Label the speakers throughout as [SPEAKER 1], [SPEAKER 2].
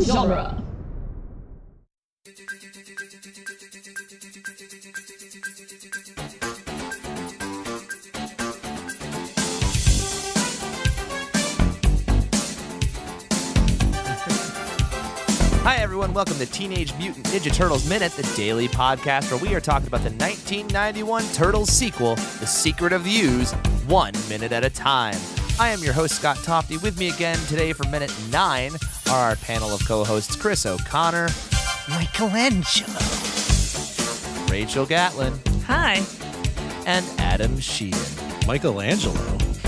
[SPEAKER 1] genre.
[SPEAKER 2] Hi, everyone. Welcome to Teenage Mutant Ninja Turtles Minute, the daily podcast where we are talking about the 1991 Turtles sequel, The Secret of the Ooze, one minute at a time. I am your host, Scott Tofty. With me again today for minute nine are our panel of co hosts Chris O'Connor, Michelangelo, Rachel Gatlin,
[SPEAKER 1] Hi.
[SPEAKER 2] and Adam Sheehan.
[SPEAKER 3] Michelangelo.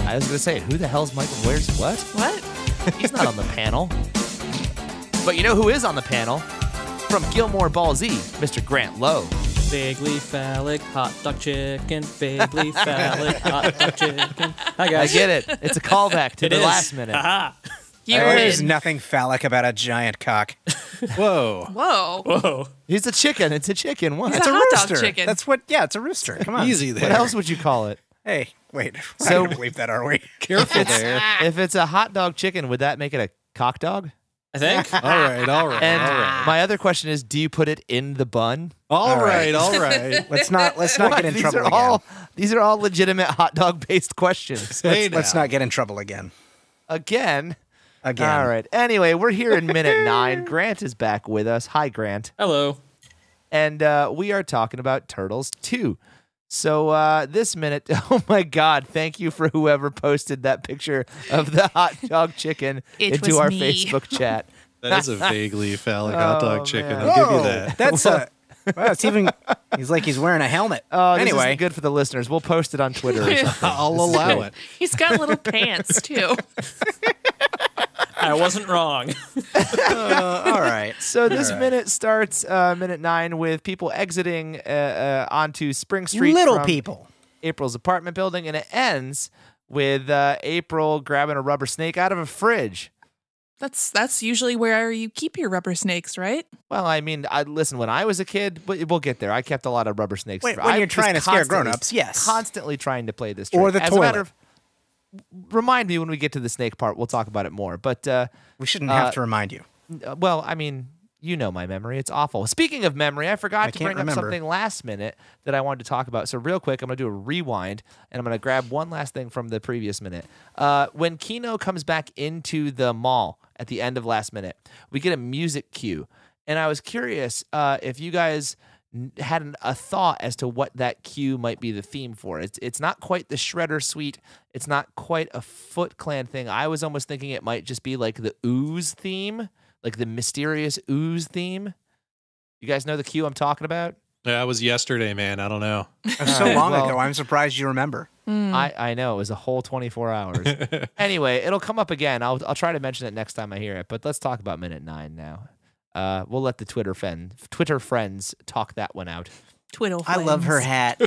[SPEAKER 2] I was going to say, who the hell's Michael? Where's what?
[SPEAKER 1] What?
[SPEAKER 2] He's not on the panel. But you know who is on the panel? From Gilmore Ball Z, Mr. Grant Lowe.
[SPEAKER 4] Bigly phallic hot dog chicken. Bigly phallic hot dog chicken. Hi
[SPEAKER 2] I
[SPEAKER 4] guys.
[SPEAKER 2] get it. It's a callback to
[SPEAKER 4] It
[SPEAKER 2] the
[SPEAKER 4] is.
[SPEAKER 2] last minute.
[SPEAKER 4] Haha.
[SPEAKER 1] You
[SPEAKER 2] There
[SPEAKER 5] There's
[SPEAKER 1] win.
[SPEAKER 5] nothing phallic about a giant cock.
[SPEAKER 3] Whoa.
[SPEAKER 1] Whoa.
[SPEAKER 4] Whoa.
[SPEAKER 2] He's a chicken. It's a chicken. What?
[SPEAKER 1] He's
[SPEAKER 5] It's a,
[SPEAKER 1] a hot dog
[SPEAKER 5] rooster.
[SPEAKER 1] chicken.
[SPEAKER 5] That's what. Yeah, it's a rooster. Come on.
[SPEAKER 3] Easy there.
[SPEAKER 2] what else would you call it?
[SPEAKER 5] Hey, wait. So, I
[SPEAKER 2] So-
[SPEAKER 5] don't believe that, are we?
[SPEAKER 3] Careful there.
[SPEAKER 2] If it's a hot dog chicken, would that make it a cock dog?
[SPEAKER 4] I think.
[SPEAKER 5] Oh.
[SPEAKER 3] All right, all right.
[SPEAKER 2] And
[SPEAKER 3] all right.
[SPEAKER 2] my other question is, do you put it in the bun?
[SPEAKER 3] All
[SPEAKER 5] All
[SPEAKER 3] right,
[SPEAKER 5] right.
[SPEAKER 3] all right.
[SPEAKER 5] Let's not. Let's not get in
[SPEAKER 2] these
[SPEAKER 5] trouble
[SPEAKER 2] are
[SPEAKER 5] again.
[SPEAKER 2] all these are all legitimate hot dog based questions.
[SPEAKER 3] Hey
[SPEAKER 5] Let's
[SPEAKER 3] now.
[SPEAKER 5] not get in trouble again.
[SPEAKER 2] Again.
[SPEAKER 5] Again.
[SPEAKER 2] All right. Anyway, we're here in minute nine. Grant is back with us. Hi, Grant.
[SPEAKER 4] Hello.
[SPEAKER 2] and uh, we are talking about Turtles 2. So uh, this minute, oh my God! Thank you for whoever posted that picture of the hot dog chicken
[SPEAKER 1] It
[SPEAKER 2] into
[SPEAKER 1] was
[SPEAKER 2] our
[SPEAKER 1] me.
[SPEAKER 2] Facebook chat.
[SPEAKER 3] That is a vaguely phallic hot
[SPEAKER 2] Oh,
[SPEAKER 3] dog chicken.
[SPEAKER 2] man.
[SPEAKER 3] I'll give
[SPEAKER 5] Whoa,
[SPEAKER 3] you that.
[SPEAKER 5] That's a. Wow, it's even. He's like he's wearing a helmet.
[SPEAKER 2] Oh, this
[SPEAKER 5] anyway,
[SPEAKER 2] isn't good for the listeners. We'll post it on Twitter. Or something.
[SPEAKER 3] I'll allow it.
[SPEAKER 1] He's got little pants too.
[SPEAKER 4] I wasn't wrong.
[SPEAKER 5] Uh, all right.
[SPEAKER 2] So this minute starts uh, minute nine with people exiting uh, uh, onto Spring Street.
[SPEAKER 5] Little
[SPEAKER 2] from
[SPEAKER 5] people.
[SPEAKER 2] April's apartment building, and it ends with uh, April grabbing a rubber snake out of a fridge.
[SPEAKER 6] That's that's usually where you keep your rubber snakes, right?
[SPEAKER 2] Well, I mean, I listen. When I was a kid, we- we'll get there. I kept a lot of rubber snakes.
[SPEAKER 5] Wait,
[SPEAKER 2] for-
[SPEAKER 5] when
[SPEAKER 2] I
[SPEAKER 5] you're
[SPEAKER 2] was
[SPEAKER 5] trying to scare
[SPEAKER 2] constantly-
[SPEAKER 5] grown-ups, yes.
[SPEAKER 2] constantly trying to play this trick.
[SPEAKER 5] Or the
[SPEAKER 2] As A matter
[SPEAKER 5] toilet.
[SPEAKER 2] of, remind me when we get to the snake part. We'll talk about it more. But uh,
[SPEAKER 5] We shouldn't have
[SPEAKER 2] Uh,
[SPEAKER 5] to remind you.
[SPEAKER 2] uh, well, I mean, you know my memory. It's awful. Speaking of memory, I forgot
[SPEAKER 5] I
[SPEAKER 2] to
[SPEAKER 5] can't
[SPEAKER 2] bring up
[SPEAKER 5] remember.
[SPEAKER 2] something last minute that I wanted to talk about. So, real quick, I'm going to do a rewind and I'm going to grab one last thing from the previous minute. Uh, when Kino comes back into the mall at the end of last minute, we get a music cue. And I was curious uh, if you guys n- had an, a thought as to what that cue might be the theme for. It's it's not quite the Shredder suite. It's not quite a Foot Clan thing. I was almost thinking it might just be like the ooze theme, like the mysterious ooze theme. You guys know the cue I'm talking about?
[SPEAKER 3] That was yesterday, man. I don't know.
[SPEAKER 5] That was so
[SPEAKER 2] right,
[SPEAKER 5] long
[SPEAKER 2] well-
[SPEAKER 5] ago. I'm surprised you remember.
[SPEAKER 2] I, I know it was a whole 24 hours. anyway, it'll come up again. I'll I'll try to mention it next time I hear it. But let's talk about minute nine now. Uh, we'll let the Twitter friend Twitter friends talk that one out.
[SPEAKER 6] Twiddle.
[SPEAKER 5] I love her
[SPEAKER 6] friends.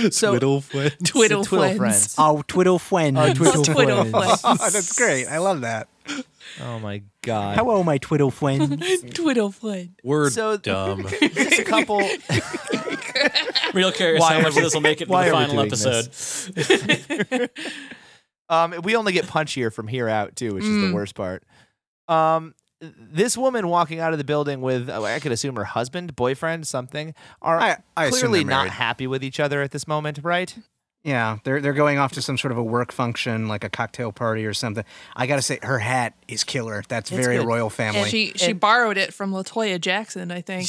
[SPEAKER 5] hat.
[SPEAKER 2] So-
[SPEAKER 3] Twiddle foot.
[SPEAKER 6] Twiddle,
[SPEAKER 2] The Twiddle friends.
[SPEAKER 6] friends.
[SPEAKER 5] Oh, twiddle fwen.
[SPEAKER 2] Oh, twiddle
[SPEAKER 6] Twiddle
[SPEAKER 2] friends.
[SPEAKER 6] friends.
[SPEAKER 5] that's great. I love that.
[SPEAKER 2] Oh my god.
[SPEAKER 5] Hello, my twiddle fwen.
[SPEAKER 6] Twiddle friend.
[SPEAKER 3] We're
[SPEAKER 2] So-
[SPEAKER 3] dumb.
[SPEAKER 2] It's a couple
[SPEAKER 4] Real curious
[SPEAKER 2] Why
[SPEAKER 4] how
[SPEAKER 2] are
[SPEAKER 4] much
[SPEAKER 2] we-
[SPEAKER 4] of this will make it to
[SPEAKER 2] why
[SPEAKER 4] the
[SPEAKER 2] are we
[SPEAKER 4] final
[SPEAKER 2] doing
[SPEAKER 4] episode.
[SPEAKER 2] Um, we only get punchier from here out too, which is the worst part. Um, this woman walking out of the building with, oh, I could assume her husband, boyfriend, something, are
[SPEAKER 5] I- I assume
[SPEAKER 2] clearly
[SPEAKER 5] they're
[SPEAKER 2] not
[SPEAKER 5] married.
[SPEAKER 2] happy with each other at this moment, right?
[SPEAKER 5] Yeah, they're they're going off to some sort of a work function, like a cocktail party or something. I gotta say, her hat is killer. That's very
[SPEAKER 2] good.
[SPEAKER 5] royal family.
[SPEAKER 6] And she she borrowed it from Latoya Jackson, I think.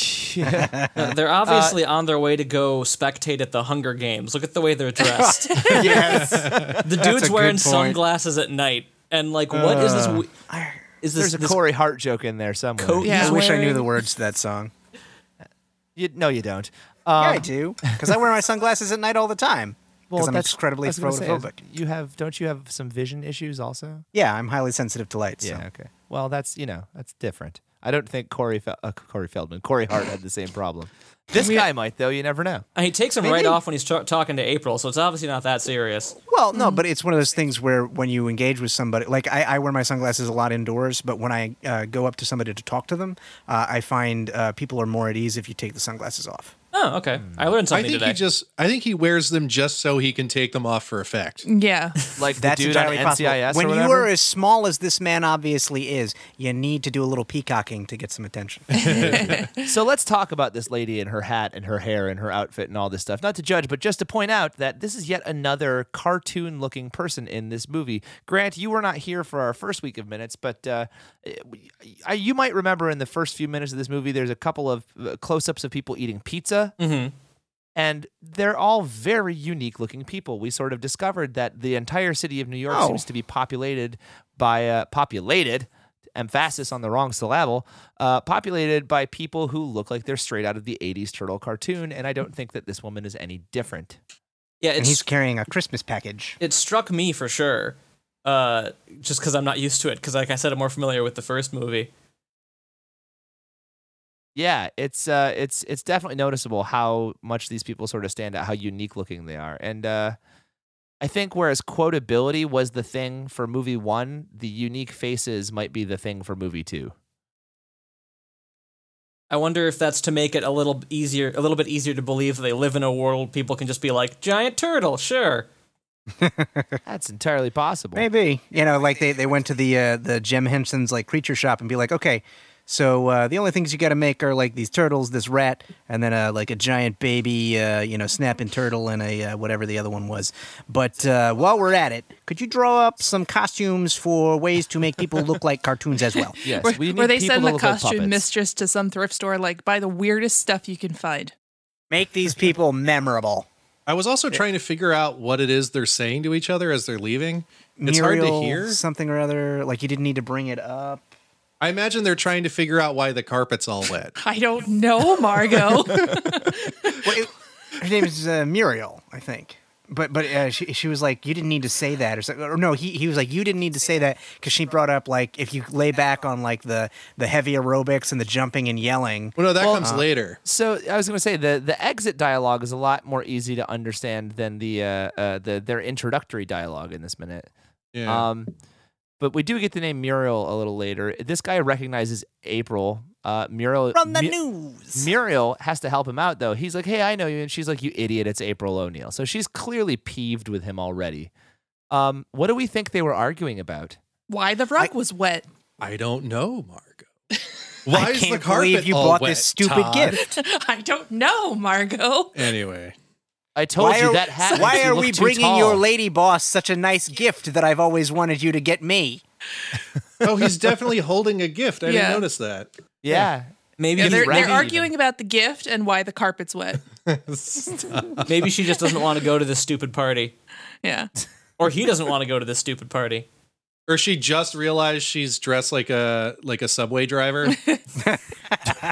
[SPEAKER 4] Uh, They're obviously on their way to go spectate at the Hunger Games. Look at the way they're dressed.
[SPEAKER 5] yes,
[SPEAKER 4] the dude's
[SPEAKER 5] good
[SPEAKER 4] wearing
[SPEAKER 5] point.
[SPEAKER 4] sunglasses at night. And like, what is this? w- Is this,
[SPEAKER 2] There's a
[SPEAKER 4] this
[SPEAKER 2] Corey Hart joke in there somewhere.
[SPEAKER 4] coat
[SPEAKER 6] Yeah.
[SPEAKER 4] he's
[SPEAKER 5] I wish I knew
[SPEAKER 4] wearing?
[SPEAKER 5] the words to that song.
[SPEAKER 2] You, no, you don't. Um,
[SPEAKER 5] yeah, I do, because I wear my sunglasses at night all the time. Because I'm
[SPEAKER 2] that's- I
[SPEAKER 5] incredibly
[SPEAKER 2] was gonna say, uh,
[SPEAKER 5] photophobic.
[SPEAKER 2] You have, don't you have some vision issues also?
[SPEAKER 5] Yeah, I'm highly sensitive to light.
[SPEAKER 2] Yeah.
[SPEAKER 5] so.
[SPEAKER 2] Okay. Well, that's you know that's different. I don't think Corey Fel- uh, Corey Feldman, Corey Hart had the same problem. This guy might though. You never know.
[SPEAKER 4] And he takes him right off when he's tra- talking to April, so it's obviously not that serious.
[SPEAKER 5] Well, no, but it's one of those things where when you engage with somebody, like I, I wear my sunglasses a lot indoors, but when I uh, go up to somebody to talk to them, uh, I find uh, people are more at ease if you take the sunglasses off.
[SPEAKER 4] Oh, okay. I learned
[SPEAKER 3] I
[SPEAKER 4] something
[SPEAKER 3] think
[SPEAKER 4] today.
[SPEAKER 3] he just. I think he wears them just so he can take them off for effect.
[SPEAKER 6] Yeah.
[SPEAKER 2] Like the
[SPEAKER 5] That's
[SPEAKER 2] dude on
[SPEAKER 5] entirely possible.
[SPEAKER 2] NCIS
[SPEAKER 5] When
[SPEAKER 2] or
[SPEAKER 5] you
[SPEAKER 2] whatever?
[SPEAKER 5] are as small as this man obviously is, you need to do a little peacocking to get some attention.
[SPEAKER 2] So let's talk about this lady and her hat and her hair and her outfit and all this stuff. Not to judge, but just to point out that this is yet another cartoon looking person in this movie. Grant, you were not here for our first week of minutes, but uh, I, you might remember in the first few minutes of this movie, there's a couple of uh, close ups of people eating pizza.
[SPEAKER 4] Mhm.
[SPEAKER 2] And they're all very unique looking people. We sort of discovered that the entire city of New York
[SPEAKER 5] Oh.
[SPEAKER 2] seems to be populated by, uh, populated, emphasis on the wrong syllable, uh, populated by people who look like they're straight out of the 80s turtle cartoon. And I don't think that this woman is any different.
[SPEAKER 4] yeah,
[SPEAKER 5] and
[SPEAKER 4] it's
[SPEAKER 5] he's carrying a Christmas package.
[SPEAKER 4] it struck me for sure uh just because i'm not used to it because like i said i'm more familiar with the first movie
[SPEAKER 2] Yeah, it's uh, it's it's definitely noticeable how much these people sort of stand out, how unique looking they are, and uh, I think whereas quotability was the thing for movie one, the unique faces might be the thing for movie two.
[SPEAKER 4] i wonder if that's to make it a little easier a little bit easier to believe that they live in a world people can just be like giant turtle sure
[SPEAKER 2] That's entirely possible.
[SPEAKER 5] Maybe you know, like they, they went to the uh, the Jim Henson's like creature shop and be like, okay, so uh, the only things you got to make are like these turtles, this rat, and then uh, like a giant baby, uh, you know, snapping turtle and a uh, whatever the other one was. But uh, while we're at it, could you draw up some costumes for ways to make people look like cartoons as well?
[SPEAKER 2] Yes,
[SPEAKER 6] Where,
[SPEAKER 2] we need
[SPEAKER 6] where they
[SPEAKER 2] people
[SPEAKER 6] send
[SPEAKER 2] to
[SPEAKER 6] the
[SPEAKER 2] look like
[SPEAKER 6] costume
[SPEAKER 2] puppets.
[SPEAKER 6] mistress to some thrift store, like buy the weirdest stuff you can find.
[SPEAKER 5] Make these people memorable.
[SPEAKER 3] I was also trying to figure out what it is they're saying to each other as they're leaving. It's hard
[SPEAKER 5] Muriel
[SPEAKER 3] to hear.
[SPEAKER 5] something or other. Like you didn't need to bring it up.
[SPEAKER 3] I imagine they're trying to figure out why the carpet's all wet.
[SPEAKER 6] I don't know, Margot.
[SPEAKER 5] Well, it- her name is uh, Muriel, I think. But but uh, she she was like, you didn't need to say that, or something. Or no, he he was like, you didn't need to say that because she brought up like if you lay back on like the the heavy aerobics and the jumping and yelling.
[SPEAKER 3] Well, no, that
[SPEAKER 5] uh,
[SPEAKER 3] comes later.
[SPEAKER 2] So I was going to say the the exit dialogue is a lot more easy to understand than the uh, uh the their introductory dialogue in this minute.
[SPEAKER 3] Yeah.
[SPEAKER 2] Um, but we do get the name Muriel a little later. This guy recognizes April. Uh, Muriel
[SPEAKER 5] From the
[SPEAKER 2] Mu-
[SPEAKER 5] news.
[SPEAKER 2] Muriel has to help him out though. He's like, "Hey, I know you," and she's like, "You idiot! It's April O'Neil." So she's clearly peeved with him already. Um, what do we think they were arguing about?
[SPEAKER 6] Why the rug was wet.
[SPEAKER 3] I don't know, Margot. Why
[SPEAKER 5] I
[SPEAKER 3] is the
[SPEAKER 5] can't
[SPEAKER 3] carpet
[SPEAKER 5] believe you
[SPEAKER 3] all
[SPEAKER 5] bought
[SPEAKER 3] wet,
[SPEAKER 5] this stupid
[SPEAKER 3] Todd?
[SPEAKER 5] gift.
[SPEAKER 6] I don't know, Margot.
[SPEAKER 3] Anyway,
[SPEAKER 2] I told
[SPEAKER 5] why
[SPEAKER 2] you
[SPEAKER 5] are,
[SPEAKER 2] that hat. makes
[SPEAKER 5] why
[SPEAKER 2] you
[SPEAKER 5] are
[SPEAKER 2] look
[SPEAKER 5] we
[SPEAKER 2] too
[SPEAKER 5] bringing
[SPEAKER 2] tall.
[SPEAKER 5] your lady boss such a nice gift that I've always wanted you to get me?
[SPEAKER 3] oh, he's definitely holding a gift. I
[SPEAKER 6] Yeah.
[SPEAKER 3] didn't notice that.
[SPEAKER 2] Yeah.
[SPEAKER 4] maybe
[SPEAKER 6] Yeah,
[SPEAKER 4] he-
[SPEAKER 6] they're,
[SPEAKER 2] ratty
[SPEAKER 6] they're
[SPEAKER 2] even.
[SPEAKER 6] arguing about the gift and why the carpet's wet.
[SPEAKER 4] maybe she just doesn't want to go to this stupid party
[SPEAKER 6] Yeah.
[SPEAKER 4] or he doesn't want to go to this stupid party
[SPEAKER 3] Or she just realized she's dressed like a like a subway driver.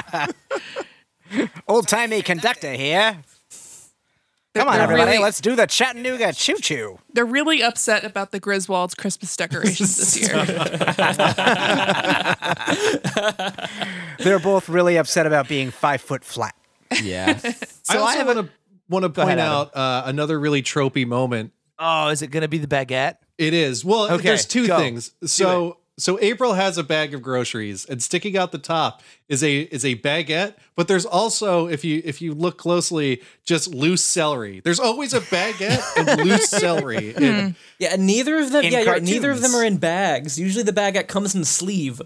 [SPEAKER 5] Old timey conductor here. Come on,
[SPEAKER 6] They're
[SPEAKER 5] everybody,
[SPEAKER 6] really-
[SPEAKER 5] let's do the Chattanooga choo choo.
[SPEAKER 6] They're really upset about the Griswolds Christmas decorations this year.
[SPEAKER 5] They're both really upset about being five foot flat.
[SPEAKER 2] Yeah.
[SPEAKER 3] I
[SPEAKER 2] so I,
[SPEAKER 3] also
[SPEAKER 2] have. A,
[SPEAKER 3] want to want to
[SPEAKER 2] ahead,
[SPEAKER 3] point
[SPEAKER 2] Adam.
[SPEAKER 3] out uh, another really tropey moment
[SPEAKER 2] oh, is it going to be the baguette?
[SPEAKER 3] It is. Well,
[SPEAKER 2] Okay,
[SPEAKER 3] there's two
[SPEAKER 2] go.
[SPEAKER 3] things. So so April has a bag of groceries and sticking out the top is a is a baguette, but there's also if you if you look closely just loose celery. There's always a baguette and loose celery. And
[SPEAKER 4] yeah and neither of them
[SPEAKER 5] In
[SPEAKER 4] yeah you're right, neither of them
[SPEAKER 5] cartoons.
[SPEAKER 4] are in bags usually the baguette comes in sleeve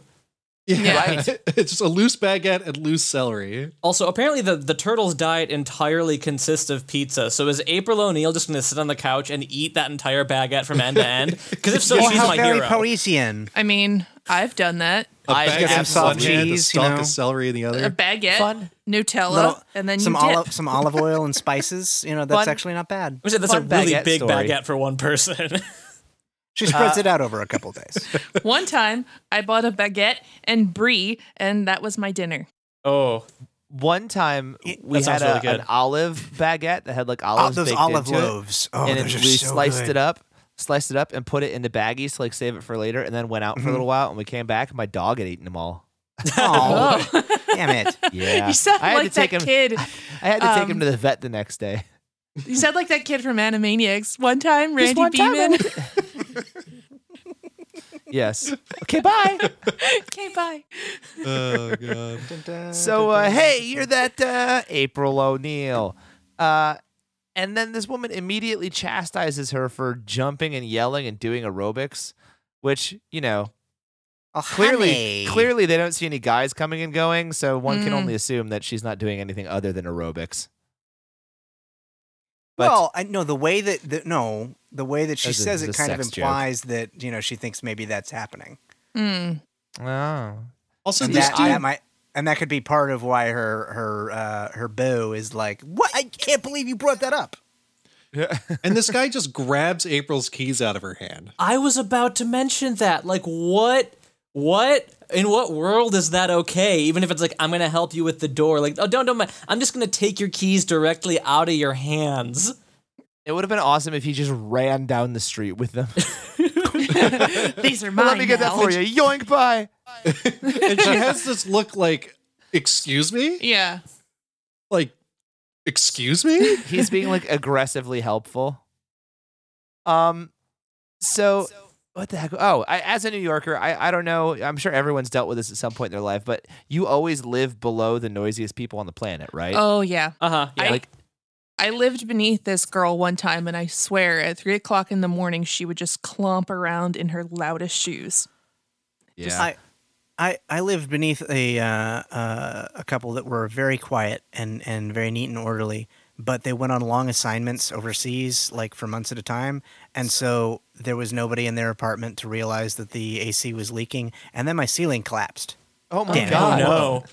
[SPEAKER 3] yeah,
[SPEAKER 2] Hmm.
[SPEAKER 3] it's just a loose baguette and loose celery.
[SPEAKER 4] also apparently the, the turtle's diet entirely consists of pizza so is april o'neil just going to sit on the couch and eat that entire baguette from end to end because if so
[SPEAKER 5] Oh,
[SPEAKER 4] she's
[SPEAKER 5] how
[SPEAKER 4] my
[SPEAKER 5] very
[SPEAKER 4] hero
[SPEAKER 5] Parisian.
[SPEAKER 6] I mean, I've done that.
[SPEAKER 3] A
[SPEAKER 2] I
[SPEAKER 3] baguette
[SPEAKER 2] get
[SPEAKER 3] in
[SPEAKER 2] some
[SPEAKER 3] one
[SPEAKER 2] soft
[SPEAKER 3] hand, a
[SPEAKER 5] cheese, you
[SPEAKER 3] stalk
[SPEAKER 5] know.
[SPEAKER 3] of celery in the
[SPEAKER 6] A
[SPEAKER 3] other.
[SPEAKER 6] baguette,
[SPEAKER 2] Fun.
[SPEAKER 6] Nutella,
[SPEAKER 5] Little-
[SPEAKER 6] and then you
[SPEAKER 5] some
[SPEAKER 6] dip.
[SPEAKER 5] olive, some olive oil and spices. You know, that's
[SPEAKER 2] Fun.
[SPEAKER 5] actually not bad.
[SPEAKER 4] I'm saying that's a
[SPEAKER 2] Fun
[SPEAKER 4] really
[SPEAKER 2] baguette
[SPEAKER 4] big
[SPEAKER 2] story.
[SPEAKER 4] baguette for one person.
[SPEAKER 5] She spreads it out over a couple days.
[SPEAKER 6] One time, I bought a baguette and brie, and that was my dinner.
[SPEAKER 4] oh,
[SPEAKER 2] One time we
[SPEAKER 4] That
[SPEAKER 2] had
[SPEAKER 4] sounds
[SPEAKER 2] a,
[SPEAKER 4] really good.
[SPEAKER 2] an olive baguette that had like
[SPEAKER 5] Oh,
[SPEAKER 2] olives
[SPEAKER 5] those
[SPEAKER 2] baked
[SPEAKER 5] olive
[SPEAKER 2] into it.
[SPEAKER 5] loaves. Oh,
[SPEAKER 2] and
[SPEAKER 5] those
[SPEAKER 2] it,
[SPEAKER 5] are
[SPEAKER 2] we
[SPEAKER 5] so
[SPEAKER 2] sliced
[SPEAKER 5] good.
[SPEAKER 2] it up, sliced it up, and put it into baggies to like save it for later, and then went out for a little while. And we came back, and my dog had eaten them all.
[SPEAKER 5] Oh, damn it!
[SPEAKER 2] Yeah,
[SPEAKER 6] You sound
[SPEAKER 2] I had
[SPEAKER 6] like
[SPEAKER 2] to take
[SPEAKER 6] that
[SPEAKER 2] him.
[SPEAKER 6] kid.
[SPEAKER 2] I had to take him to the vet the next day.
[SPEAKER 6] You sound like that kid from Animaniacs. One time, Randy
[SPEAKER 2] one time I
[SPEAKER 6] Beeman.
[SPEAKER 2] Yes. Okay, bye.
[SPEAKER 6] Okay, bye.
[SPEAKER 3] Oh god.
[SPEAKER 2] So, uh, hey, you're that uh, April O'Neil. Uh, and then this woman immediately chastises her for jumping and yelling and doing aerobics, which, you know,
[SPEAKER 5] Oh,
[SPEAKER 2] clearly
[SPEAKER 5] honey.
[SPEAKER 2] clearly they don't see any guys coming and going, so one can
[SPEAKER 6] Mm.
[SPEAKER 2] only assume that she's not doing anything other than aerobics. But
[SPEAKER 5] Well, I no the way that the, no the way that she
[SPEAKER 2] That's a-
[SPEAKER 5] says it
[SPEAKER 2] it's a
[SPEAKER 5] kind of
[SPEAKER 2] sex joke.
[SPEAKER 5] implies that you know she thinks maybe that's happening.
[SPEAKER 6] Mm.
[SPEAKER 2] oh.
[SPEAKER 3] Also,
[SPEAKER 5] And
[SPEAKER 3] this
[SPEAKER 5] that,
[SPEAKER 3] dude,
[SPEAKER 5] that might and that could be part of why her her uh, her beau is like, what? I can't believe you brought that up.
[SPEAKER 3] and this guy just grabs April's keys out of her hand.
[SPEAKER 4] I was about to mention that. Like, what? What? In what world is that okay? Even if it's like, I'm gonna help you with the door. Like, oh, don't, don't mind. I'm just gonna take your keys directly out of your hands.
[SPEAKER 2] It would have been awesome if he just ran down the street with them.
[SPEAKER 6] These are mine.
[SPEAKER 2] Let me get that
[SPEAKER 6] now.
[SPEAKER 2] for you. Yoink, bye.
[SPEAKER 3] And she has this look like, "Excuse me?"
[SPEAKER 6] Yeah.
[SPEAKER 3] Like, "Excuse me?"
[SPEAKER 2] He's being like aggressively helpful. Um, so what the heck? Oh, I, as a New Yorker, I, I don't know. I'm sure everyone's dealt with this at some point in their life, but you always live below the noisiest people on the planet, right?
[SPEAKER 6] Oh yeah.
[SPEAKER 4] Uh huh. Yeah.
[SPEAKER 6] I-
[SPEAKER 2] Like,
[SPEAKER 6] I lived beneath this girl one time, and I swear at three o'clock in the morning, she would just clomp around in her loudest shoes.
[SPEAKER 2] yeah.
[SPEAKER 5] I, I I lived beneath a uh, uh, a couple that were very quiet and and very neat and orderly, but they went on long assignments overseas, like for months at a time, and so there was nobody in their apartment to realize that the AC was leaking, and then my ceiling collapsed.
[SPEAKER 2] oh my
[SPEAKER 5] Damn it.
[SPEAKER 2] God.
[SPEAKER 4] Oh no.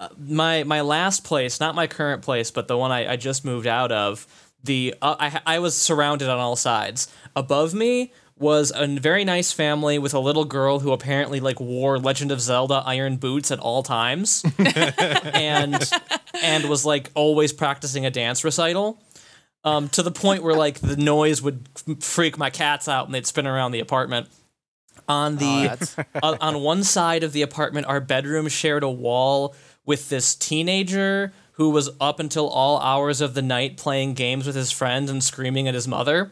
[SPEAKER 4] Uh, my my last place, not my current place, but the one I, I just moved out of. The uh, I I was surrounded on all sides. Above me was a very nice family with a little girl who apparently like wore Legend of Zelda iron boots at all times, and and was like always practicing a dance recital. Um, to the point where like the noise would f- freak my cats out and they'd spin around the apartment. On the
[SPEAKER 2] that's-
[SPEAKER 4] on, on one side of the apartment, our bedroom shared a wall with this teenager who was up until all hours of the night playing games with his friends and screaming at his mother.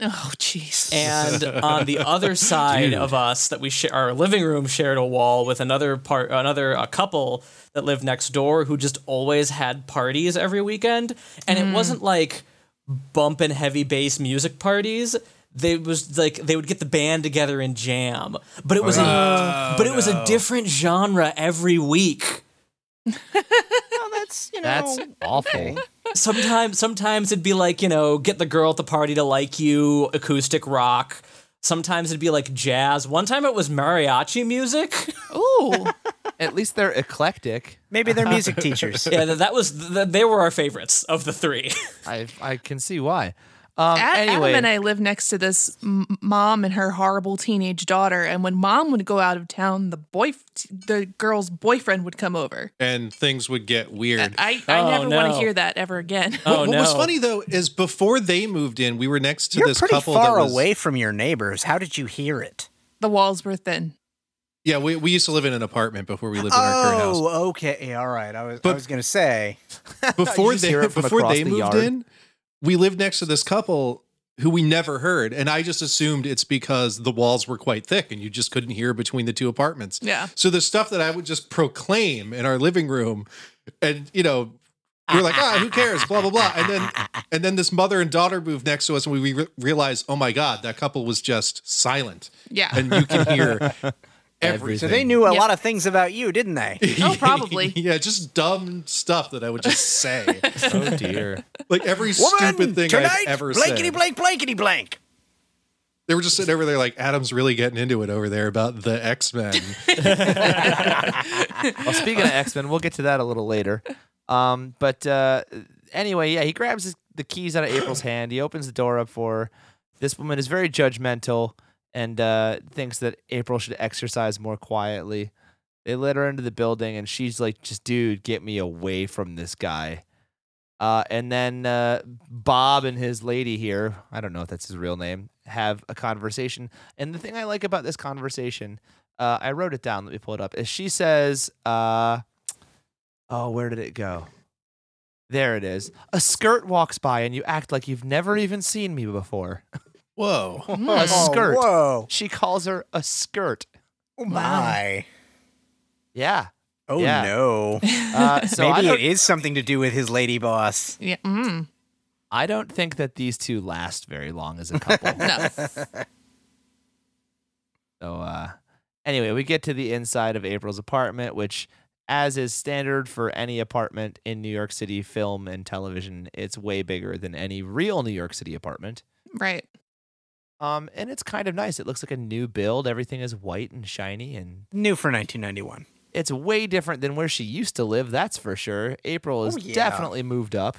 [SPEAKER 6] Oh jeez.
[SPEAKER 4] And on the other side of us, that we share our living room shared a wall with another part, another a couple that lived next door who just always had parties every weekend, and it wasn't like bump and heavy bass music parties. They was like they would get the band together and jam, but it was a, but it was a different genre every week.
[SPEAKER 5] Well, that's you know
[SPEAKER 2] That's awful.
[SPEAKER 4] sometimes sometimes it'd be like you know get the girl at the party to like you acoustic rock sometimes it'd be like jazz one time it was mariachi music
[SPEAKER 6] Ooh.
[SPEAKER 2] At least they're eclectic.
[SPEAKER 5] maybe they're music teachers.
[SPEAKER 4] yeah th- that was th- th- they were our favorites of the three
[SPEAKER 2] I I can see why. Um,
[SPEAKER 6] A-
[SPEAKER 2] anyway,
[SPEAKER 6] Adam and I live next to this m- mom and her horrible teenage daughter, and when mom would go out of town, the boy, the girl's boyfriend would come over.
[SPEAKER 3] And things would get weird.
[SPEAKER 6] I, I
[SPEAKER 4] Oh,
[SPEAKER 6] never want
[SPEAKER 4] no.
[SPEAKER 6] to hear that ever again.
[SPEAKER 4] oh
[SPEAKER 3] what
[SPEAKER 4] no
[SPEAKER 3] was funny though is before they moved in, we were next to
[SPEAKER 5] You're
[SPEAKER 3] this
[SPEAKER 5] pretty
[SPEAKER 3] couple
[SPEAKER 5] far
[SPEAKER 3] that was
[SPEAKER 5] away from your neighbors. How did you hear it?
[SPEAKER 6] the walls were thin.
[SPEAKER 3] Yeah, we, we used to live in an apartment before we lived in our current house.
[SPEAKER 5] Oh, okay, all right. I was I
[SPEAKER 3] But-
[SPEAKER 5] was gonna say.
[SPEAKER 3] before
[SPEAKER 2] just
[SPEAKER 3] they
[SPEAKER 2] hear it from
[SPEAKER 3] before
[SPEAKER 2] across
[SPEAKER 3] they
[SPEAKER 2] the
[SPEAKER 3] moved
[SPEAKER 2] yard.
[SPEAKER 3] in, we lived next to this couple who we never heard, and I just assumed it's because the walls were quite thick and you just couldn't hear between the two apartments.
[SPEAKER 6] Yeah.
[SPEAKER 3] So the stuff that I would just proclaim in our living room, and you know, we are like, ah, who cares? Blah blah blah. And then and then this mother and daughter moved next to us, and we re- realized, oh my god, that couple was just silent,
[SPEAKER 6] Yeah.
[SPEAKER 3] and you can hear. Everything.
[SPEAKER 5] So they knew a
[SPEAKER 6] Yep.
[SPEAKER 5] lot of things about you, didn't they?
[SPEAKER 6] Oh, probably.
[SPEAKER 3] yeah, just dumb stuff that I would just say.
[SPEAKER 2] oh dear.
[SPEAKER 3] Like every stupid thing I've ever said.
[SPEAKER 5] blank, blankety blank.
[SPEAKER 3] They were just sitting over there like Adam's really getting into it over there about the X Men.
[SPEAKER 2] Well, speaking of X Men, we'll get to that a little later. Um, but uh, anyway, yeah, he grabs his, the keys out of April's hand. He opens the door up for her. This woman is very judgmental and uh, thinks that April should exercise more quietly. They let her into the building, and she's like, "Just dude, get me away from this guy." Uh, and then uh, Bob and his lady here, I don't know if that's his real name, have a conversation. And the thing I like about this conversation, uh, I wrote it down. Let me pull it up. Is she says, uh, "Oh, where did it go?" There it is. A skirt walks by, and you act like you've never even seen me before.
[SPEAKER 3] Whoa.
[SPEAKER 6] Mm.
[SPEAKER 2] A skirt.
[SPEAKER 5] Oh, whoa.
[SPEAKER 2] She calls her a skirt.
[SPEAKER 5] Oh my.
[SPEAKER 2] Yeah.
[SPEAKER 5] Oh
[SPEAKER 2] Yeah.
[SPEAKER 5] no.
[SPEAKER 2] Uh, so I
[SPEAKER 5] Maybe
[SPEAKER 2] don't,
[SPEAKER 5] it is something to do with his lady boss.
[SPEAKER 6] Yeah. Mm.
[SPEAKER 2] I don't think that these two last very long as a couple.
[SPEAKER 6] No.
[SPEAKER 2] So uh anyway, we get to the inside of April's apartment, which as is standard for any apartment in New York City film and television, it's way bigger than any real New York City apartment.
[SPEAKER 6] Right.
[SPEAKER 2] Um and it's kind of nice. It looks like a new build. Everything is white and shiny and
[SPEAKER 5] New for 1991.
[SPEAKER 2] it's way different than where she used to live, that's for sure.
[SPEAKER 6] Oh,
[SPEAKER 2] April is
[SPEAKER 5] yeah.
[SPEAKER 2] definitely moved up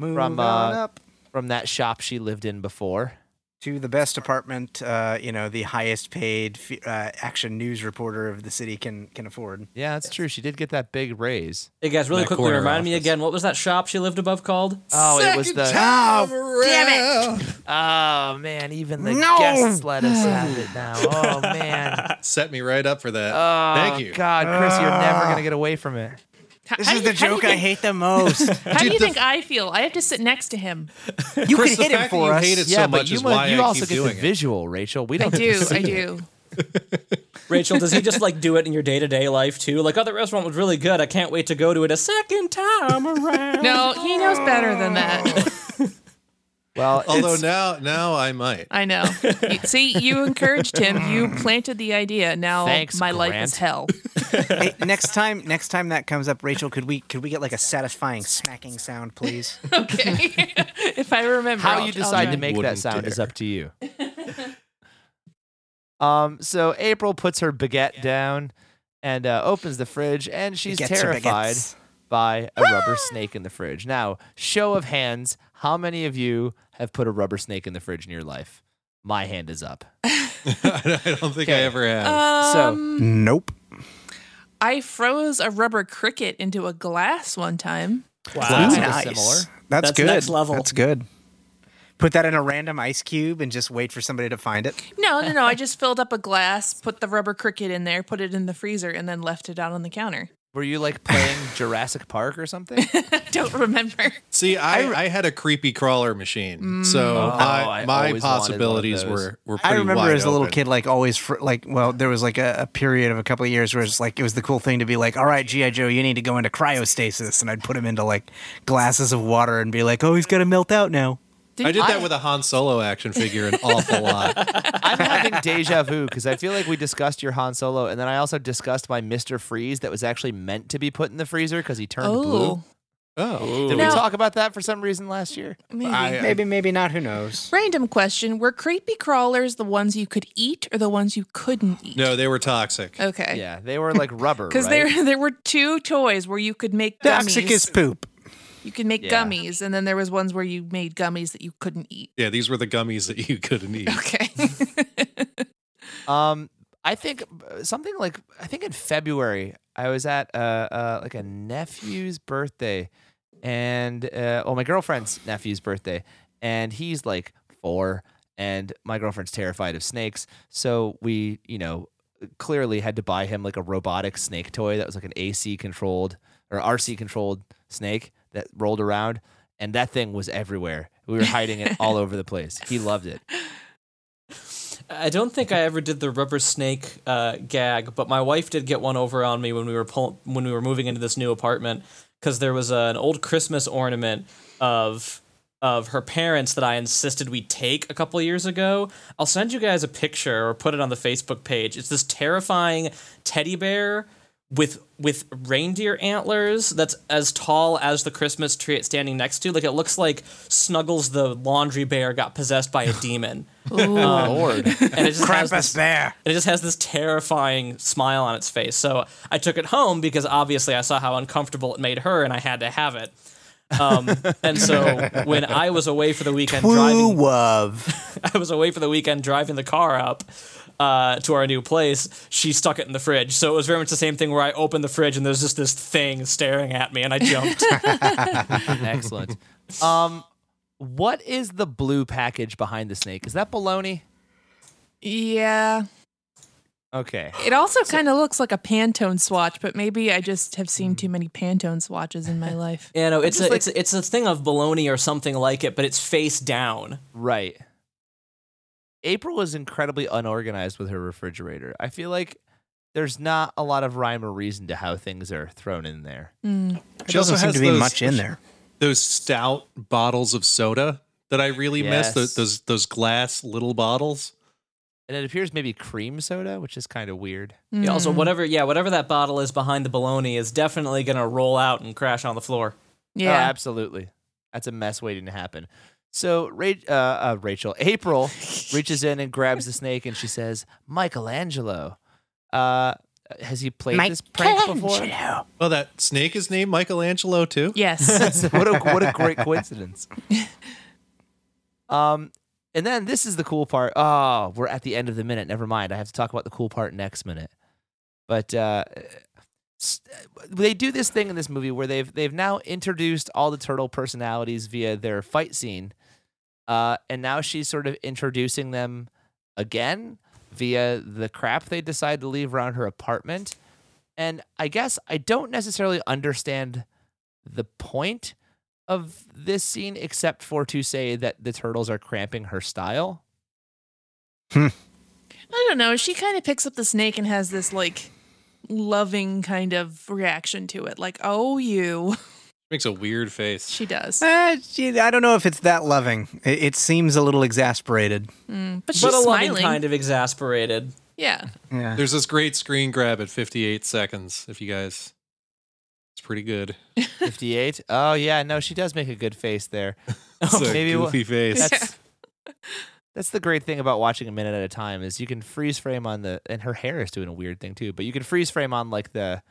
[SPEAKER 5] Move
[SPEAKER 2] From,
[SPEAKER 5] on
[SPEAKER 2] uh,
[SPEAKER 5] up
[SPEAKER 2] from that shop she lived in before.
[SPEAKER 5] to the best apartment. Uh, you know, the highest paid f- uh, action news reporter of the city can can afford.
[SPEAKER 2] Yeah, that's true. She did get that big raise.
[SPEAKER 4] Hey guys, really
[SPEAKER 3] That
[SPEAKER 4] quickly,
[SPEAKER 3] corner
[SPEAKER 4] remind me
[SPEAKER 3] office.
[SPEAKER 4] again, what was that shop she lived above called?
[SPEAKER 2] Oh, it was the
[SPEAKER 3] damn it.
[SPEAKER 2] Oh man, even the
[SPEAKER 5] No.
[SPEAKER 2] guests let us have it now. Oh man.
[SPEAKER 3] Set me right up for that.
[SPEAKER 2] Oh,
[SPEAKER 3] Thank you.
[SPEAKER 2] God, Chris, you're never gonna get away from it.
[SPEAKER 6] How-
[SPEAKER 5] This
[SPEAKER 6] how
[SPEAKER 5] is
[SPEAKER 6] do
[SPEAKER 5] the
[SPEAKER 6] you- how do you
[SPEAKER 5] joke I
[SPEAKER 6] think-
[SPEAKER 5] hate the most.
[SPEAKER 6] How do you
[SPEAKER 3] the-
[SPEAKER 6] think I feel? I have to sit next to him.
[SPEAKER 5] You
[SPEAKER 3] Chris,
[SPEAKER 5] could
[SPEAKER 3] the
[SPEAKER 5] hit it
[SPEAKER 3] fact that
[SPEAKER 5] for
[SPEAKER 3] you
[SPEAKER 5] us.
[SPEAKER 3] hate it so
[SPEAKER 2] yeah,
[SPEAKER 3] much
[SPEAKER 2] but you,
[SPEAKER 3] is
[SPEAKER 2] mu-
[SPEAKER 3] why
[SPEAKER 2] you
[SPEAKER 3] I
[SPEAKER 2] also get
[SPEAKER 3] keep
[SPEAKER 2] the
[SPEAKER 3] doing it.
[SPEAKER 2] visual, Rachel. We
[SPEAKER 6] I
[SPEAKER 2] don't get
[SPEAKER 6] do.
[SPEAKER 2] to see
[SPEAKER 6] I
[SPEAKER 2] it.
[SPEAKER 6] do.
[SPEAKER 4] Rachel, does he just like do it in your day to day life too? Like, oh, that restaurant was really good. I can't wait to go to it a second time around.
[SPEAKER 6] No, he knows better than that.
[SPEAKER 2] Well,
[SPEAKER 3] Although now, now I might.
[SPEAKER 6] I know. You- See, you encouraged him. You planted the idea. Now
[SPEAKER 2] Thanks,
[SPEAKER 6] my life
[SPEAKER 2] Grant.
[SPEAKER 6] is hell.
[SPEAKER 5] Hey, next time, next time that comes up, Rachel, could we could we get like a satisfying smacking sound, please?
[SPEAKER 6] Okay. if I remember
[SPEAKER 2] how
[SPEAKER 6] I'll-
[SPEAKER 2] you
[SPEAKER 6] I'll
[SPEAKER 2] decide
[SPEAKER 6] try.
[SPEAKER 2] to make that
[SPEAKER 3] Wouldn't
[SPEAKER 2] sound is
[SPEAKER 3] dare.
[SPEAKER 2] up to you. um, so April puts her baguette down and uh, opens the fridge, and she's
[SPEAKER 5] Baguettes or
[SPEAKER 2] terrified
[SPEAKER 5] baguettes?
[SPEAKER 2] by a rubber snake in the fridge. Now, show of hands, how many of you have put a rubber snake in the fridge in your life? My hand is up.
[SPEAKER 3] I don't think I
[SPEAKER 2] Okay.
[SPEAKER 3] ever have.
[SPEAKER 2] so
[SPEAKER 5] Nope.
[SPEAKER 6] Um, I froze a rubber cricket into a glass one time.
[SPEAKER 2] Wow.
[SPEAKER 5] Ooh,
[SPEAKER 2] Kinda
[SPEAKER 5] nice.
[SPEAKER 2] similar.
[SPEAKER 5] That's,
[SPEAKER 4] That's
[SPEAKER 5] good.
[SPEAKER 4] next level.
[SPEAKER 5] That's good. Put that in a random ice cube and just wait for somebody to find it.
[SPEAKER 6] No, no, no. I just filled up a glass, put the rubber cricket in there, put it in the freezer, and then left it out on the counter.
[SPEAKER 2] were you like playing Jurassic Park or something?
[SPEAKER 6] I don't remember.
[SPEAKER 3] See, I, I, had a creepy crawler machine, so
[SPEAKER 2] Oh, I
[SPEAKER 3] my, my
[SPEAKER 2] always wanted one of
[SPEAKER 3] possibilities
[SPEAKER 2] those.
[SPEAKER 3] were were pretty
[SPEAKER 5] I remember
[SPEAKER 3] wide
[SPEAKER 5] as a little
[SPEAKER 3] open.
[SPEAKER 5] kid, like always, fr- like well, there was like a, a period of a couple of years where it's like it was the cool thing to be like, all right, GI Joe, you need to go into cryostasis, and I'd put him into like glasses of water and be like, oh, he's gonna melt out now.
[SPEAKER 3] I did that with a Han Solo action figure an awful lot.
[SPEAKER 2] I'm having deja vu because I feel like we discussed your Han Solo, and then I also discussed my Mister Freeze that was actually meant to be put in the freezer because he turned
[SPEAKER 6] Oh,
[SPEAKER 3] Oh,
[SPEAKER 2] blue. Did
[SPEAKER 6] Now-
[SPEAKER 2] we talk about that for some reason last year?
[SPEAKER 6] maybe.
[SPEAKER 3] I-
[SPEAKER 5] Maybe, maybe not. Who knows?
[SPEAKER 6] Random question: Were creepy crawlers the ones you could eat or the ones you couldn't eat?
[SPEAKER 3] no, they were toxic.
[SPEAKER 6] Okay.
[SPEAKER 2] Yeah, they were like rubber.
[SPEAKER 6] Because
[SPEAKER 2] right?
[SPEAKER 6] there there were two toys where you could make
[SPEAKER 5] Toxic
[SPEAKER 6] gummies.
[SPEAKER 5] is poop.
[SPEAKER 6] you could make
[SPEAKER 2] Yeah.
[SPEAKER 6] gummies, and then there was ones where you made gummies that you couldn't eat.
[SPEAKER 3] Yeah, these were the gummies that you couldn't eat.
[SPEAKER 6] Okay.
[SPEAKER 2] Um, I think uh, something like I think in February I was at uh, uh like a nephew's birthday, and uh, well, my girlfriend's nephew's birthday, and he's like four, and my girlfriend's terrified of snakes, so we you know clearly had to buy him like a robotic snake toy that was like an AC controlled or RC controlled snake that rolled around, and that thing was everywhere. We were hiding it all over the place. He loved it.
[SPEAKER 4] I don't think I ever did the rubber snake uh, gag, but my wife did get one over on me when we were pull- when we were moving into this new apartment because there was uh an old Christmas ornament of of her parents that I insisted we take a couple years ago. I'll send you guys a picture or put it on the Facebook page. It's this terrifying teddy bear with with reindeer antlers that's as tall as the Christmas tree it's standing next to. Like it looks like Snuggles the laundry bear got possessed by a demon. Um,
[SPEAKER 2] Lord.
[SPEAKER 4] And it just has
[SPEAKER 5] Krampus
[SPEAKER 4] this-
[SPEAKER 5] there.
[SPEAKER 4] and it just has this terrifying smile on its face. So I took it home because obviously I saw how uncomfortable it made her, and I had to have it. Um, and so when I was away for the weekend driving,
[SPEAKER 5] Woo of.
[SPEAKER 4] I was away for the weekend driving the car up uh, to our new place. She stuck it in the fridge, so it was very much the same thing where I opened the fridge and there's just this thing staring at me, and I jumped.
[SPEAKER 2] Excellent. Um, what is the blue package behind the snake? Is that baloney?
[SPEAKER 6] yeah.
[SPEAKER 2] Okay.
[SPEAKER 6] It also kind of looks like a Pantone swatch, but maybe I just have
[SPEAKER 2] Hmm.
[SPEAKER 6] seen too many Pantone swatches in my life.
[SPEAKER 4] you know, it's a,
[SPEAKER 2] just like-
[SPEAKER 4] it's a, it's a thing of baloney or something like it, but it's face down.
[SPEAKER 2] Right. April was incredibly unorganized with her refrigerator. I feel like there's not a lot of rhyme or reason to how things are thrown in there.
[SPEAKER 6] Hmm.
[SPEAKER 5] There doesn't seem to be
[SPEAKER 3] those-
[SPEAKER 5] much in there.
[SPEAKER 3] Those stout bottles of soda that I really miss. Those,
[SPEAKER 2] Yes.
[SPEAKER 3] those those glass little bottles.
[SPEAKER 2] And it appears maybe cream soda, which is kind of weird.
[SPEAKER 4] Yeah,
[SPEAKER 6] Mm. Hmm.
[SPEAKER 4] also, whatever, yeah, whatever that bottle is behind the baloney is definitely gonna roll out and crash on the floor.
[SPEAKER 2] Oh,
[SPEAKER 6] Yeah.
[SPEAKER 2] absolutely. That's a mess waiting to happen. So Ra- uh, uh, Rachel, April reaches in and grabs the snake and she says, Michelangelo. Uh, has he played this prank before?
[SPEAKER 3] Well, Oh, that snake is named Michelangelo too.
[SPEAKER 6] yes.
[SPEAKER 2] So what a what a great coincidence. Um, and then this is the cool part. Oh, we're at the end of the minute. Never mind. I have to talk about the cool part next minute. But uh, s- they do this thing in this movie where they've they've now introduced all the turtle personalities via their fight scene, uh, and now she's sort of introducing them again via the crap they decide to leave around her apartment. And I guess I don't necessarily understand the point of this scene except for to say that the turtles are cramping her style.
[SPEAKER 6] I don't know. She kind of picks up the snake and has this like loving kind of reaction to it. Like, oh, you.
[SPEAKER 3] Makes a weird face.
[SPEAKER 6] She does.
[SPEAKER 5] Uh, gee, I don't know if it's that loving. It, it seems a little exasperated.
[SPEAKER 6] Mm, But she's
[SPEAKER 4] but a loving
[SPEAKER 6] smiling.
[SPEAKER 4] kind of exasperated.
[SPEAKER 6] Yeah.
[SPEAKER 5] Yeah.
[SPEAKER 3] There's this great screen grab at 58 seconds. If you guys, it's pretty good.
[SPEAKER 2] 58. oh yeah, no, she does make a good face there.
[SPEAKER 3] It's a
[SPEAKER 2] Maybe we'll-
[SPEAKER 3] goofy face.
[SPEAKER 2] That's That's the great thing about watching a minute at a time is you can freeze frame on the and her hair is doing a weird thing too, but you can freeze frame on like the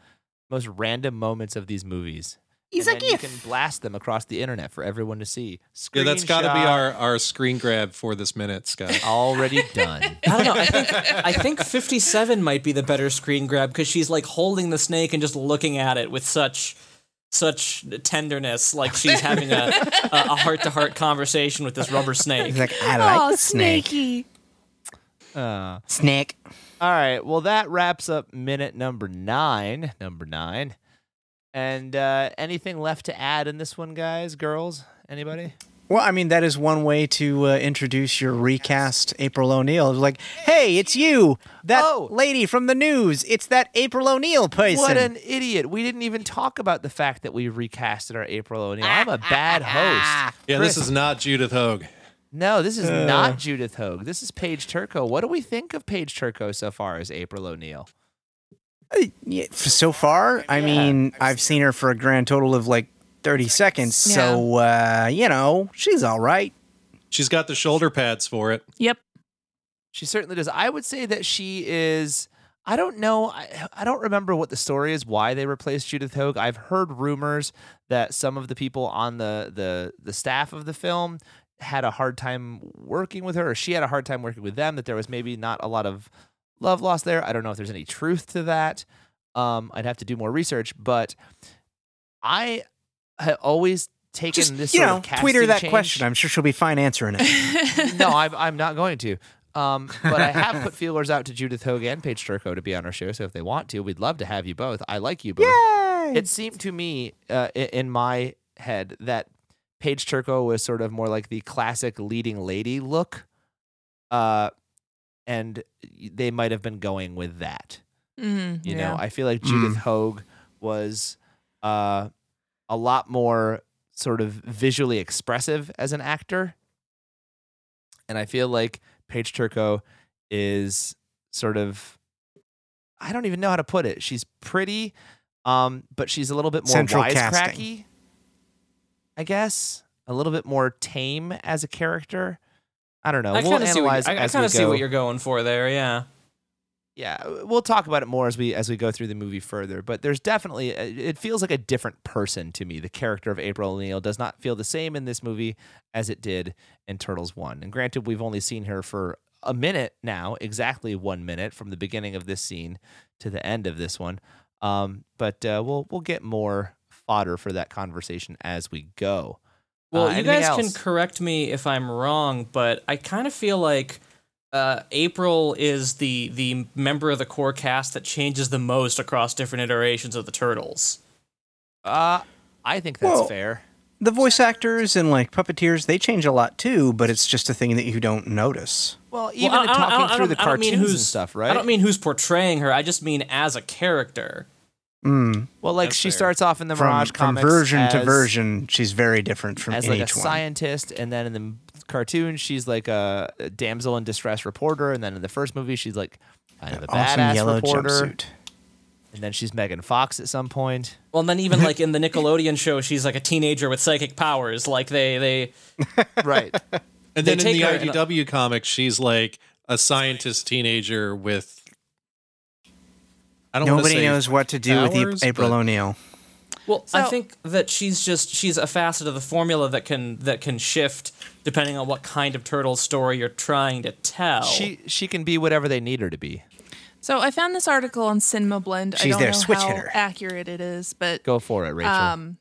[SPEAKER 2] most random moments of these movies.
[SPEAKER 7] He's
[SPEAKER 2] and
[SPEAKER 7] a
[SPEAKER 2] then you
[SPEAKER 7] gift.
[SPEAKER 2] can blast them across the internet for everyone to see.
[SPEAKER 3] yeah, that's got to be
[SPEAKER 2] Screenshot.
[SPEAKER 3] our our screen grab for this minute, Scott.
[SPEAKER 2] already done.
[SPEAKER 4] I don't know. I think I think 57 might be the better screen grab because she's like holding the snake and just looking at it with such such tenderness, like she's having a a heart to heart conversation with this rubber snake.
[SPEAKER 5] He's like, I like
[SPEAKER 2] Oh,
[SPEAKER 5] the snake.
[SPEAKER 6] snaky.
[SPEAKER 2] Uh,
[SPEAKER 5] Snake.
[SPEAKER 2] All right. Well, that wraps up minute number nine. Number nine. And uh, anything left to add in this one, guys, girls, anybody?
[SPEAKER 5] Well, I mean, that is one way to uh, introduce your recast April O'Neil. Like, hey, it's you, that
[SPEAKER 2] Oh.
[SPEAKER 5] lady from the news. It's that April O'Neil person.
[SPEAKER 2] What an idiot! We didn't even talk about the fact that we recasted our April O'Neil. I'm a bad host.
[SPEAKER 3] yeah, this is not Judith Hogue.
[SPEAKER 2] No, this is not Judith Hogue. This is Paige Turco. What do we think of Paige Turco so far as April O'Neil?
[SPEAKER 5] Yeah, f- so far, I mean, I've seen her for a grand total of like 30 seconds. So, uh, you know, she's all right.
[SPEAKER 3] She's got the shoulder pads for it.
[SPEAKER 6] Yep.
[SPEAKER 2] She certainly does. I would say that she is. I don't know. I, I don't remember what the story is. Why they replaced Judith Hogue? I've heard rumors that some of the people on the the the staff of the film had a hard time working with her, or she had a hard time working with them. That there was maybe not a lot of love lost there. I don't know if there's any truth to that. Um, I'd have to do more research, but I have always taken
[SPEAKER 5] Just,
[SPEAKER 2] this.
[SPEAKER 5] you
[SPEAKER 2] sort
[SPEAKER 5] know,
[SPEAKER 2] of casting
[SPEAKER 5] tweet her that
[SPEAKER 2] change
[SPEAKER 5] question. I'm sure she'll be fine answering it.
[SPEAKER 2] no, I'm, I'm not going to. Um, but I have put feelers out to Judith Hogue and Paige Turco to be on our show. So if they want to, we'd love to have you both. I like you both. It seemed to me uh, i- in my head that Paige Turco was sort of more like the classic leading lady look. Uh, and they might have been going with that.
[SPEAKER 6] Mm,
[SPEAKER 2] You
[SPEAKER 6] yeah.
[SPEAKER 2] know, I feel like Judith
[SPEAKER 5] Mm.
[SPEAKER 2] Hogue was uh, a lot more sort of visually expressive as an actor. And I feel like Paige Turco is sort of, I don't even know how to put it. She's pretty, um, but she's a little bit more
[SPEAKER 5] Central
[SPEAKER 2] wisecracky,
[SPEAKER 5] casting.
[SPEAKER 2] I guess. A little bit more tame as a character. I don't know.
[SPEAKER 4] I
[SPEAKER 2] we'll
[SPEAKER 4] kind of see, what,
[SPEAKER 2] analyze
[SPEAKER 4] you- I, I
[SPEAKER 2] as we
[SPEAKER 4] kinda see
[SPEAKER 2] go.
[SPEAKER 4] what you're going for there. Yeah,
[SPEAKER 2] Yeah, we'll talk about it more as we as we go through the movie further. But there's definitely uh, it feels like a different person to me. The character of April O'Neil does not feel the same in this movie as it did in Turtles One. And granted, we've only seen her for a minute now, exactly one minute from the beginning of this scene to the end of this one. Um, but uh, we'll we'll get more fodder for that conversation as we go. Uh,
[SPEAKER 4] Well, you
[SPEAKER 2] anything
[SPEAKER 4] guys
[SPEAKER 2] else?
[SPEAKER 4] can correct me if I'm wrong, but I kind of feel like uh, April is the the member of the core cast that changes the most across different iterations of the Turtles.
[SPEAKER 2] Uh, I think that's
[SPEAKER 5] Well,
[SPEAKER 2] fair.
[SPEAKER 5] The voice actors and like puppeteers, they change a lot too, but it's just a thing that you don't notice.
[SPEAKER 2] Well, even
[SPEAKER 4] I- I
[SPEAKER 2] in
[SPEAKER 4] don't- I
[SPEAKER 2] talking
[SPEAKER 4] don't- I
[SPEAKER 2] through
[SPEAKER 4] don't-
[SPEAKER 2] the
[SPEAKER 4] I don't mean
[SPEAKER 2] cartoons and
[SPEAKER 4] who's-
[SPEAKER 2] stuff, right?
[SPEAKER 4] I don't mean who's portraying her. I just mean as a character.
[SPEAKER 5] Mm.
[SPEAKER 2] well, like
[SPEAKER 4] That's
[SPEAKER 2] she
[SPEAKER 4] fair.
[SPEAKER 2] starts off in the
[SPEAKER 5] From,
[SPEAKER 2] Mirage
[SPEAKER 5] from
[SPEAKER 2] comics
[SPEAKER 5] version to
[SPEAKER 2] as-
[SPEAKER 5] version, she's very different from
[SPEAKER 2] as
[SPEAKER 5] in
[SPEAKER 2] like a
[SPEAKER 5] each one.
[SPEAKER 2] scientist, and then in the m- cartoon she's like a a damsel in distress reporter, and then in the first movie she's like kind of a
[SPEAKER 5] awesome
[SPEAKER 2] badass
[SPEAKER 5] yellow
[SPEAKER 2] reporter,
[SPEAKER 5] jumpsuit.
[SPEAKER 2] and then she's Megan Fox at some point.
[SPEAKER 4] Well, and then even like in the Nickelodeon show, she's like a teenager with psychic powers. Like they they
[SPEAKER 2] Right.
[SPEAKER 3] And
[SPEAKER 4] They
[SPEAKER 3] then in
[SPEAKER 4] take
[SPEAKER 3] the
[SPEAKER 4] her and-
[SPEAKER 3] IDW comic, she's like a scientist teenager with. I don't wanna
[SPEAKER 5] Nobody
[SPEAKER 3] say-
[SPEAKER 5] knows what to do with
[SPEAKER 3] powers,
[SPEAKER 5] the April
[SPEAKER 3] but-
[SPEAKER 5] O'Neil.
[SPEAKER 4] Well, I
[SPEAKER 6] So-
[SPEAKER 4] think that she's just she's a facet of the formula that can that can shift depending on what kind of turtle story you're trying to tell.
[SPEAKER 2] She she can be whatever they need her to be.
[SPEAKER 6] So I found this article on Cinema Blend. I
[SPEAKER 5] She's
[SPEAKER 6] don't
[SPEAKER 5] their
[SPEAKER 6] know
[SPEAKER 5] switch
[SPEAKER 6] how
[SPEAKER 5] hitter.
[SPEAKER 6] accurate it is, but
[SPEAKER 2] Go for it, Rachel.
[SPEAKER 6] um,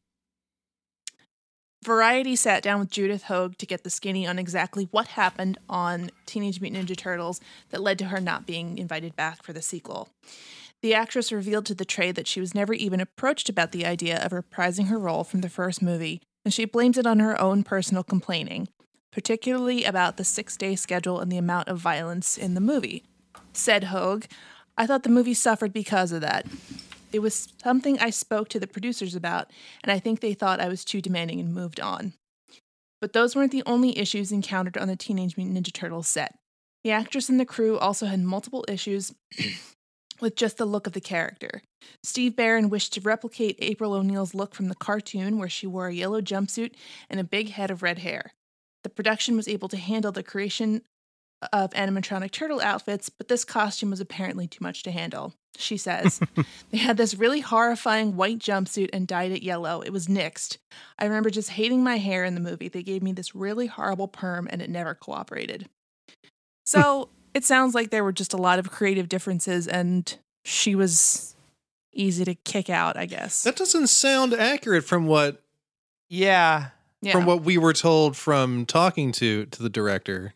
[SPEAKER 6] Variety sat down with Judith Hoag to get the skinny on exactly what happened on Teenage Mutant Ninja Turtles that led to her not being invited back for the sequel. The actress revealed to the trade that she was never even approached about the idea of reprising her role from the first movie, and she blames it on her own personal complaining, particularly about the six day schedule and the amount of violence in the movie. Said Hoag, I thought the movie suffered because of that. It was something I spoke to the producers about, and I think they thought I was too demanding and moved on. But those weren't the only issues encountered on the Teenage Mutant Ninja Turtles set. The actress and the crew also had multiple issues with just the look of the character. Steve Barron wished to replicate April O'Neil's look from the cartoon, where she wore a yellow jumpsuit and a big head of red hair. The production was able to handle the creation of animatronic turtle outfits, but this costume was apparently too much to handle. She says, They had this really horrifying white jumpsuit and dyed it yellow. It was nixed. I remember just hating my hair in the movie. They gave me this really horrible perm and it never cooperated. So it sounds like there were just a lot of creative differences and she was easy to kick out, I guess.
[SPEAKER 3] That doesn't sound accurate from what
[SPEAKER 2] yeah.
[SPEAKER 6] Yeah.
[SPEAKER 3] from what we were told from talking to to the director.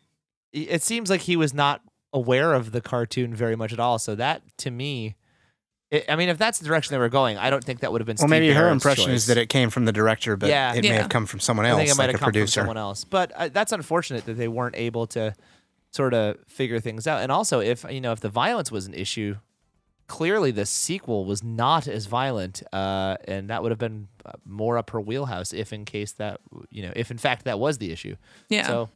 [SPEAKER 2] I- It seems like he was not aware of the cartoon very much at all. So that to me it, I mean, if that's the direction they were going, I don't think that would have been.
[SPEAKER 5] Well,
[SPEAKER 2] Steve
[SPEAKER 5] maybe her
[SPEAKER 2] Barron's
[SPEAKER 5] impression
[SPEAKER 2] choice.
[SPEAKER 5] is that it came from the director, but
[SPEAKER 2] Yeah.
[SPEAKER 5] it may
[SPEAKER 6] Yeah.
[SPEAKER 5] have come from someone else,
[SPEAKER 2] I think it might
[SPEAKER 5] like a
[SPEAKER 2] have come
[SPEAKER 5] producer.
[SPEAKER 2] from someone else. But uh, that's unfortunate that they weren't able to sort of figure things out. And also, if you know, if the violence was an issue, clearly the sequel was not as violent, uh, and that would have been uh, more up her wheelhouse. If in case that you know, if in fact that was the issue,
[SPEAKER 6] yeah.
[SPEAKER 2] so.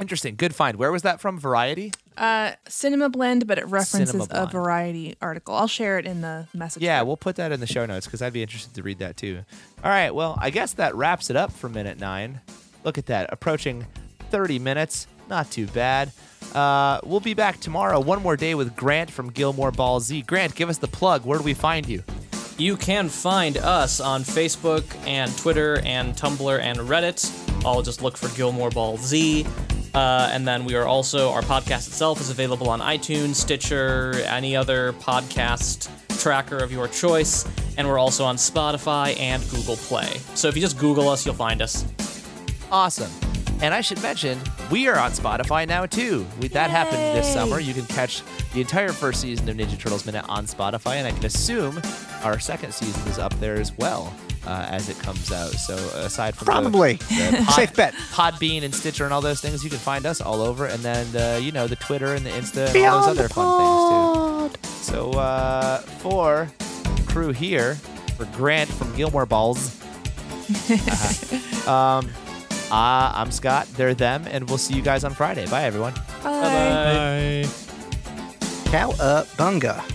[SPEAKER 2] Interesting. Good find. Where was that from? Variety?
[SPEAKER 6] uh, Cinema Blend, but it references a
[SPEAKER 2] Blend.
[SPEAKER 6] variety article. I'll share it in the message.
[SPEAKER 2] Yeah,
[SPEAKER 6] group.
[SPEAKER 2] we'll put that in the show notes because I'd be interested to read that too. All right. Well, I guess that wraps it up for minute nine. Look at that. Approaching 30 minutes. Not too bad. Uh, we'll be back tomorrow, one more day with Grant from Gilmore Ball Z. Grant, give us the plug. Where do we find you?
[SPEAKER 4] You can find us on Facebook and Twitter and Tumblr and Reddit. All just look for Gilmore Ball Z. Uh, and then we are also, our podcast itself is available on iTunes, Stitcher, any other podcast tracker of your choice. And we're also on Spotify and Google Play. So if you just Google us, you'll find us.
[SPEAKER 2] Awesome. And I should mention, we are on Spotify now too. We, that happened this summer. You can catch the entire first season of Ninja Turtles Minute on Spotify, and I can assume our second season is up there as well uh, as it comes out. So aside from the-
[SPEAKER 5] Probably.
[SPEAKER 2] the pod,
[SPEAKER 5] Safe bet.
[SPEAKER 2] Podbean and Stitcher and all those things, you can find us all over. And then the, you know the Twitter and the Insta and all those other fun things too. So uh, for crew here, for Grant from Gilmore Balls. um, uh, I'm Scott. They're them, and we'll see you guys on Friday. Bye, everyone.
[SPEAKER 4] Bye.
[SPEAKER 6] Bye.
[SPEAKER 3] Bye.
[SPEAKER 5] Cow up bunga.